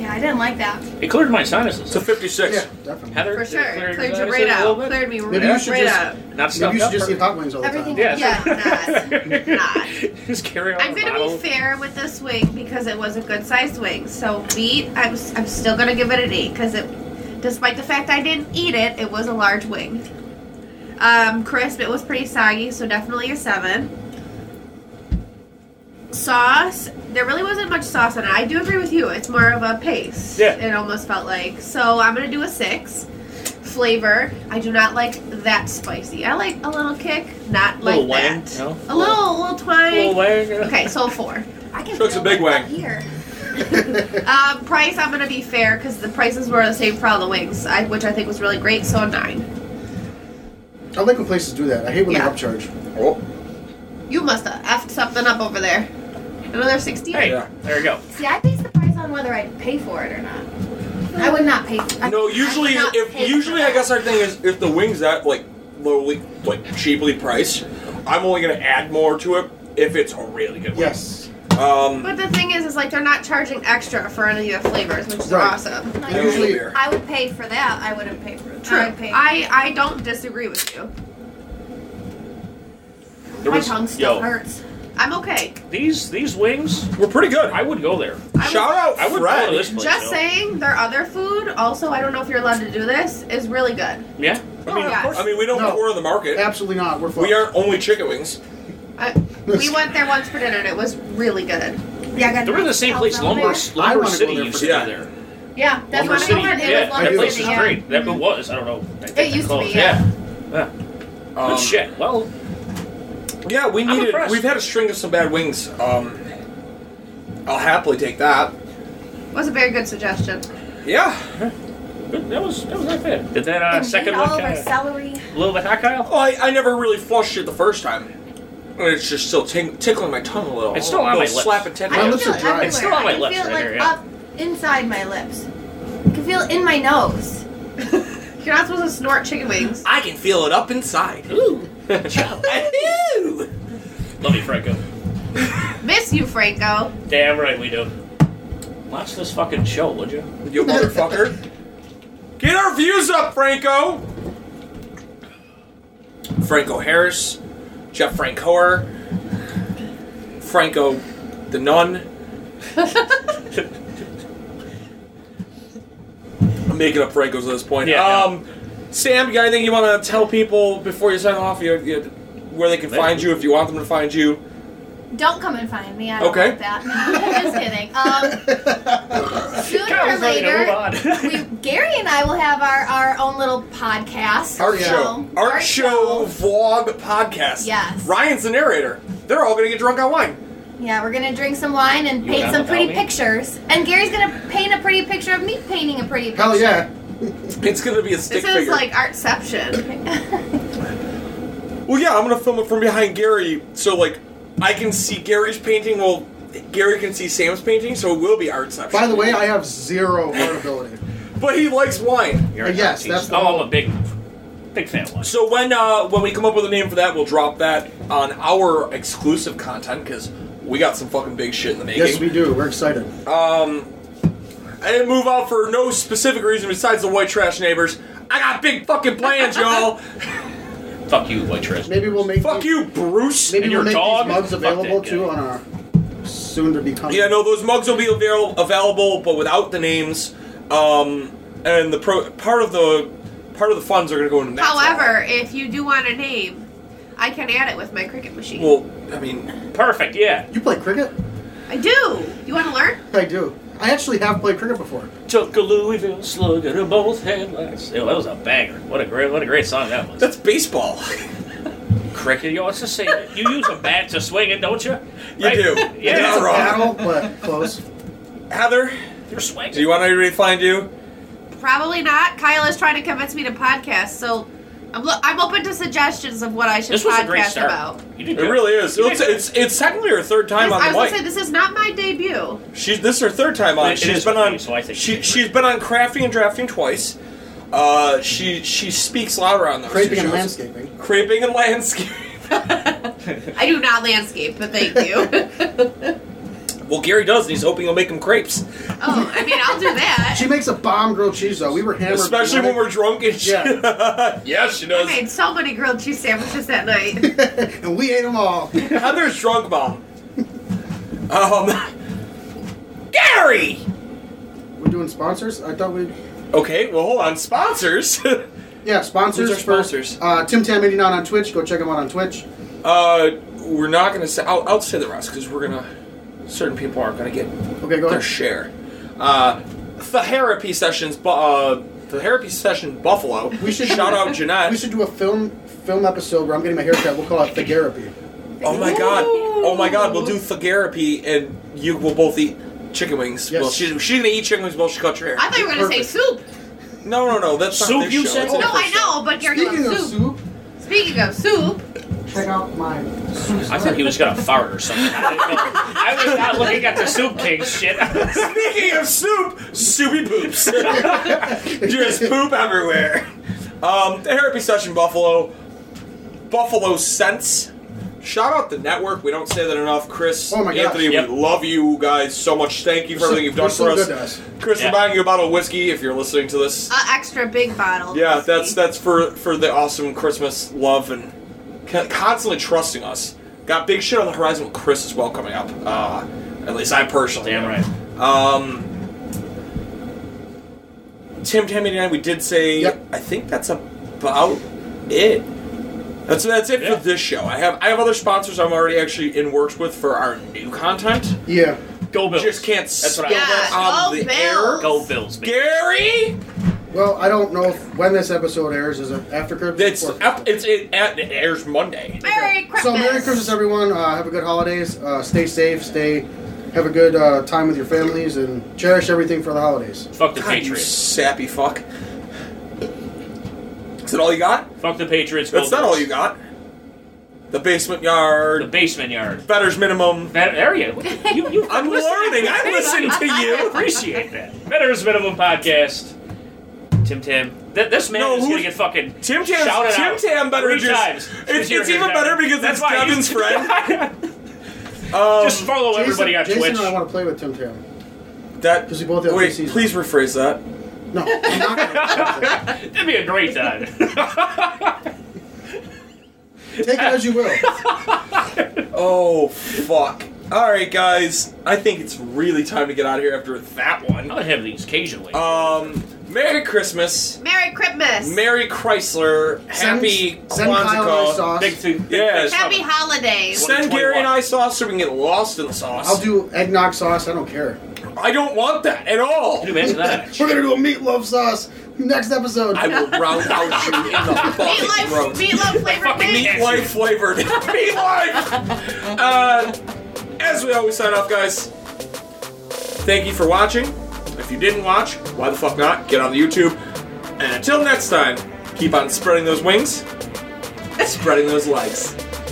S4: yeah, I didn't like that.
S3: It cleared my sinuses.
S2: So 56.
S1: Yeah, definitely.
S3: Heather, did
S5: For
S3: it
S5: sure.
S3: clear your
S5: Cleared you
S3: sinuses
S5: right
S3: a little
S5: out.
S3: bit?
S5: Cleared me
S1: Maybe
S5: right,
S1: you should
S5: right
S1: just
S5: out.
S3: Not
S1: Maybe
S3: stuffed
S1: you should
S3: up.
S1: just eat
S3: or-
S1: hot wings all the time.
S4: Everything
S3: Yeah,
S5: Yeah,
S3: sure.
S5: not.
S3: just carry on.
S5: I'm
S3: a
S5: gonna
S3: bottle.
S5: be fair with this wing because it was a good sized wing. So beat, I'm, s- I'm still gonna give it an eight because it, despite the fact I didn't eat it, it was a large wing. Um, crisp, it was pretty soggy, so definitely a seven. Sauce, there really wasn't much sauce on it. I do agree with you. It's more of a paste.
S3: Yeah.
S5: It almost felt like. So I'm gonna do a six. Flavor, I do not like that spicy. I like a little kick, not
S3: Little
S5: like
S3: wang,
S5: that.
S3: no?
S5: A little, little twang.
S3: Little wang.
S5: Okay, so a four.
S4: I can
S2: Chuck's a
S4: feel
S2: big
S4: it up
S2: wang.
S4: Here.
S5: Um, price, I'm gonna be fair because the prices were the same for all the wings, I, which I think was really great. So a nine.
S1: I like when places do that. I hate when
S5: Yeah.
S1: they upcharge.
S6: Oh,
S5: You must have effed something up over there. Another sixteen.
S3: Hey,
S2: Yeah.
S3: there you go.
S4: See, I base the price on whether I'd pay for it or not. I would not pay. I,
S2: No,
S4: I would
S2: usually,
S4: not pay
S2: if
S4: for
S2: usually, I
S4: that.
S2: guess our thing is if the wings that like lowly, like cheaply priced, I'm only gonna add more to it if it's a really good. wing.
S1: Yes.
S2: Um.
S5: But the thing is, is like they're not charging extra for any of the flavors, which is
S1: Right.
S5: awesome. Uh,
S4: Like,
S2: I
S1: usually-
S2: don't care.
S4: I would pay for that. I wouldn't pay for. I would pay.
S5: I I don't disagree with you.
S3: There
S4: my
S3: was-
S4: tongue still
S3: yo,
S4: hurts.
S5: I'm okay.
S3: These these wings,
S2: We're pretty good.
S3: I would go there.
S5: I was-
S2: Shout out
S3: I would
S2: Fred.
S3: go to this place.
S5: Just
S3: though.
S5: saying, their other food also. I don't know if you're allowed to do this. Is really good.
S3: Yeah.
S2: Oh,
S5: I
S4: Oh,
S5: mean, yes.
S2: I mean, we don't
S1: No.
S2: tour the market.
S1: Absolutely not. We're fucked.
S2: We are only chicken wings.
S5: I, we went there once for dinner and it was really good.
S4: Yeah, I got
S3: They were in the same place. Lumber
S1: I
S3: Lumber
S1: wanna go
S3: City
S1: there
S3: used
S1: for
S3: to be
S2: sure.
S3: there.
S4: Yeah, that's
S3: Lumber
S4: what
S3: City.
S4: I heard. It
S3: Yeah,
S4: was
S3: that
S4: Lumber
S3: place
S4: City,
S3: is
S4: yeah.
S3: great. That it was. I don't know. I think they
S4: used to
S3: closed.
S4: be,
S3: Yeah. Yeah.
S2: Um,
S3: Good shit. Well,
S2: Yeah, we
S3: I'm
S2: needed.
S3: impressed.
S2: We've had a string of some bad wings. Um, I'll happily take that.
S5: Was a very good suggestion.
S2: Yeah.
S3: good- that was that was not bad. Did that uh,
S4: And
S3: second
S4: all
S3: one
S4: of our
S3: kind
S4: celery.
S3: of a little bit hot, Kyle?
S2: Oh, I, I never really flushed it the first time. And It's just still ting- tickling my tongue a little.
S3: It's still on
S2: Little
S3: my lips.
S2: Slap and
S4: I
S2: tickle.
S1: My
S4: can
S1: lips
S4: feel
S1: are
S4: it
S1: dry.
S4: everywhere.
S1: It's
S3: still on my
S4: I can
S3: lips
S4: feel it
S3: right
S4: like
S3: here, yeah.
S4: up inside my lips. I can feel it in my nose.
S5: You're not supposed to snort chicken wings.
S2: I can feel it up inside. Ooh. Ew.
S3: Love you, Franco.
S5: Miss you, Franco.
S3: Damn right we do. Watch this fucking show, would you?
S2: You motherfucker. Get our views up, Franco. Franco Harris, Jeff Francoer, Franco the Nun. I'm making up Franco's at this point.
S3: Yeah, I know.
S2: um, Sam, you got anything you want to tell people before you sign off? You, you, where they can find you if you want them to find you.
S4: Don't come and find me. I don't
S2: Okay.
S4: like that. Just kidding. Um, sooner or
S3: Kyle's ready
S4: later,
S3: to move on.
S4: we, Gary and I will have our, our own little podcast.
S2: Art
S4: so-
S2: show. Art, show vlog podcast.
S4: Yes.
S2: Ryan's the narrator. They're all going to get drunk on wine.
S4: Yeah, we're gonna drink some wine and
S3: You
S4: paint
S3: down
S4: some
S3: with
S4: pretty
S3: Albie?
S4: pictures. And Gary's gonna paint a pretty picture of me painting a pretty picture.
S1: Hell yeah.
S2: It's going to be a stick
S5: This is
S2: figure.
S5: like artception.
S2: well, yeah, I'm going to film it from behind Gary so, like, I can see Gary's painting while Gary can see Sam's painting, so it will be art section.
S1: By the way, I have zero art ability.
S2: But he likes wine.
S3: You're an
S1: Yes,
S3: artist.
S1: that's the
S3: oh,
S1: whole-
S3: I'm a big, big fan of wine.
S2: So when uh, when we come up with a name for that, we'll drop that on our exclusive content because we got some fucking big shit in the making.
S1: Yes, we do. We're excited.
S2: I didn't move out for no specific reason besides the white trash neighbors. I got big fucking plans, y'all.
S3: Fuck you, white trash.
S1: Maybe we'll make
S2: Fuck
S1: these-
S2: you, Bruce.
S1: Maybe
S3: And
S1: we'll
S3: your
S1: make
S3: dog?
S1: these mugs
S3: Fuck
S1: available
S3: that guy.
S1: too on our soon to be coming.
S2: Yeah, no, those mugs will be avail- available, but without the names. Um, and the pro- part of the part of the funds are going to go into. Matt's
S5: However, if you do want a name, I can add it with my cricket machine.
S2: wallet. well, I mean,
S3: Perfect. Yeah.
S1: You play cricket?
S5: I do. You want to learn?
S1: I do. I actually have played cricket before.
S3: Took a Louisville slugger to both headlights. Ew, that was a banger. What a great, what a great song that was.
S2: that's baseball.
S3: Cricket, yo, it's the same. You use a bat to swing it, don't you?
S2: You do. You're
S3: Yeah.
S2: not
S1: Battle,
S2: wrong.
S1: but close.
S2: Heather,
S3: You're swinging.
S2: do you want anybody to find you?
S5: Probably not. Kyle is trying to convince me to podcast, so I'm lo- I'm open to suggestions of what I should
S3: this was
S5: podcast
S3: a great start.
S5: about.
S3: You did
S2: It
S3: good.
S2: really is.
S3: You
S2: It's,
S3: did good.
S2: it's it's technically her third time
S5: This- I
S2: on the
S5: was gonna say
S2: mic.
S5: this is not my debut.
S2: She's this is her third time on.
S3: It
S2: she's
S3: is
S2: been
S3: with
S2: on.
S3: me, so I think
S2: she
S3: it's
S2: she's
S3: right.
S2: been on crafting and drafting twice. Uh, she she speaks louder on those
S1: Craping
S2: two
S1: and
S2: shows.
S1: landscaping.
S2: Craping and landscape.
S5: I do not landscape, but thank you.
S2: Well, Gary does, and he's hoping you'll make him crepes,
S5: Oh, I mean, I'll do that.
S1: She makes a bomb grilled cheese though. We were hammered.
S2: especially when we're drunk and shit. yes, she
S5: I
S2: does.
S5: made so many grilled cheese sandwiches that night.
S1: and we ate them all.
S2: Heather's drunk mom. Um, Gary.
S1: We're doing sponsors. I thought we.
S2: Okay, well, hold on. Sponsors.
S1: Yeah, sponsors.
S2: Who's our
S1: for-
S2: sponsors?
S1: Uh, Tim Tam eighty nine on Twitch. Go check him out on Twitch.
S2: uh, we're not gonna say. I'll, I'll say the rest because we're gonna. Certain people aren't gonna get
S1: Okay, go
S2: their
S1: ahead.
S2: share. Uh, therapy sessions. Bu- uh, therapy session Buffalo.
S1: We should
S2: shout out
S1: We
S2: Jeanette.
S1: should do a film film episode where I'm getting my haircut. We'll call it therapy.
S2: Oh my god.
S5: Ooh.
S2: Oh my god. We'll do therapy, and you will both eat chicken wings.
S1: Yes.
S2: Well, she, she's gonna eat chicken wings while she cuts your hair.
S5: I thought you were going to say
S1: Perfect.
S5: soup.
S2: No, no, no. That's
S3: Soup,
S2: not this
S3: you
S2: show.
S3: said?
S2: It's
S5: No,
S2: a different
S5: I know, but you're
S1: Speaking
S5: doing
S1: of soup,
S5: soup. Speaking of soup,
S1: check out my. Soup
S3: I thought he was gonna fart or something. I, didn't know. I was not looking at the soup king shit.
S2: show. Speaking of soup, soupy poops. Just poop everywhere. Um, therapy session Buffalo. Buffalo Sense. Shout out the network. We don't say that enough. Chris,
S1: Oh my gosh.
S2: Anthony,
S3: Yep.
S2: we love you guys so much. Thank you for
S1: We're so-
S2: everything you've done
S1: we're so
S2: for us.
S1: good to us.
S2: Chris,
S3: Yeah.
S2: we're buying you a bottle of whiskey if you're listening to this.
S5: a extra big bottle.
S2: Yeah, that's that's for for the awesome Christmas love and co- constantly trusting us. Got big shit on the horizon with Chris as well coming up. Uh, at least I personally.
S3: Damn
S2: am.
S3: right.
S2: Um, Tim Tam 89, we did say.
S1: Yep.
S2: I think that's about it. That's that's it
S3: Yeah.
S2: for this show. I have I have other sponsors I'm already actually in works with for our new content.
S1: Yeah.
S3: Go Bills.
S2: Just can't
S3: That's what I-
S2: spill
S5: Yeah,
S2: that on
S5: go
S2: the air.
S5: Bills.
S3: Go Bills, baby.
S2: Gary.
S1: Well, I don't know if, when this episode airs. Is it after Christmas?
S2: It's
S1: Before
S2: up. It's it, it airs Monday.
S5: Merry Christmas.
S1: So Merry Christmas, everyone. Uh, have a good holidays. Uh, stay safe. Stay. Have a good uh, time with your families and cherish everything for the holidays.
S3: Fuck the
S2: God, you
S3: Patriots.
S2: sappy fuck. Is that all you got?
S3: Fuck the Patriots. Go
S2: That's not
S3: Bills.
S2: all you got. The basement
S3: The
S2: yard,
S3: basement yard.
S2: betters minimum.
S3: That area. You, you
S2: I'm
S3: listen-
S2: learning. I listen to
S3: I
S2: you.
S3: appreciate that. Veterans Minimum Podcast. Tim Tim. Th- this man
S2: No,
S3: is
S2: who-
S3: gonna get fucking
S2: Tim Tam's-
S3: shouted
S2: Tim
S3: out
S2: Tam better
S3: three
S2: just-
S3: times.
S2: it's-
S3: This year
S2: it's
S3: here
S2: even
S3: and
S2: better
S3: there.
S2: because
S3: That's
S2: it's
S3: why
S2: Kevin's
S3: he's-
S2: friend. Um,
S3: just follow everybody on
S1: Jason
S3: Twitch.
S1: and I want to play with Tim Tam.
S2: That
S1: 'Cause we both have
S2: wait.
S1: the season.
S2: Please rephrase that.
S1: No, I'm not gonna play
S3: That'd be a great time.
S1: with him. Take it as you will.
S2: Oh fuck! All right, guys. I think it's really time to get out of here after that one.
S3: I'll have these occasionally.
S2: Um, Merry Christmas.
S5: Merry Christmas.
S2: Merry Chrysler.
S1: Send-
S2: Happy
S1: send Kyle and I
S2: Kwanzaa.
S1: sauce.
S3: big two.
S2: Yeah.
S3: big
S5: Happy
S3: summer.
S5: holidays.
S2: Send
S3: 2021.
S2: Gary and I sauce so we can get lost in the sauce.
S1: I'll do eggnog sauce. I don't care.
S2: I don't want that at all.
S3: Dude, imagine that.
S1: We're gonna do a meatloaf sauce next episode.
S2: I will round out you in the fucking
S5: Meatloaf,
S2: throat.
S5: meatloaf flavored
S3: Fucking
S5: cake.
S3: meat-
S2: Meatloaf flavored. Meatloaf. Uh, as we always sign off, guys. Thank you for watching. If you didn't watch, why the fuck not? Get on the YouTube. And until next time, keep on spreading those wings, spreading those legs.